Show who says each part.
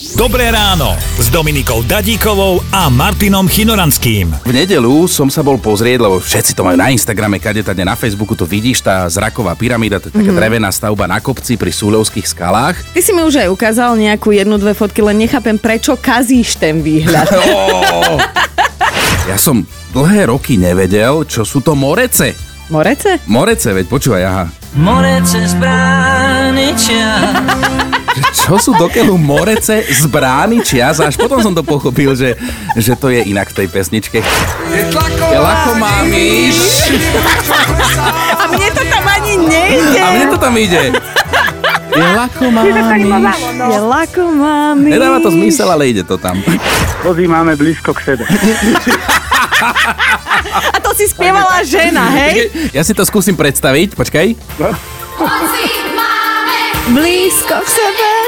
Speaker 1: Dobré ráno s Dominikou Dadíkovou a Martinom Chinoranským.
Speaker 2: V nedelu som sa bol pozrieť, lebo všetci to majú na Instagrame, kade tade na Facebooku, to vidíš, tá zraková pyramída, to je taká mm. drevená stavba na kopci pri Súľovských skalách.
Speaker 3: Ty si mi už aj ukázal nejakú jednu, dve fotky, len nechápem, prečo kazíš ten výhľad.
Speaker 2: Ó, ja som dlhé roky nevedel, čo sú to morece.
Speaker 3: Morece?
Speaker 2: Morece, veď počúvaj, aha.
Speaker 4: Morece z Bráničia.
Speaker 2: Čo sú dokeľu morece z brány čias? Až potom som to pochopil, že, že to je inak v tej pesničke. Je lachomámiš
Speaker 3: A mne to tam ani nejde.
Speaker 2: a mne to tam ide. Je lachomámiš.
Speaker 3: Je lako, mami.
Speaker 2: Nedáva to zmysel, ale ide to tam.
Speaker 5: Kozy máme blízko k sebe.
Speaker 3: A to si spievala žena, hej?
Speaker 2: Ja si to skúsim predstaviť, počkaj.
Speaker 3: Blízko k sebe.